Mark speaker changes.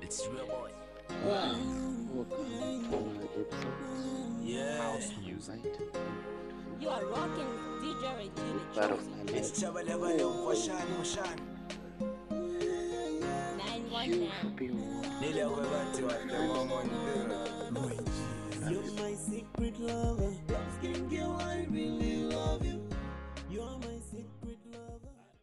Speaker 1: It's real boy. Yeah.
Speaker 2: House music.
Speaker 3: You are rocking DJ Regina
Speaker 2: Claro,
Speaker 3: Chosen.
Speaker 2: I
Speaker 1: It's
Speaker 2: mean,
Speaker 1: Chaba Laba Lum Washan Washan.
Speaker 3: 919.
Speaker 1: Nile Wabati Wate Momon. You're my secret love.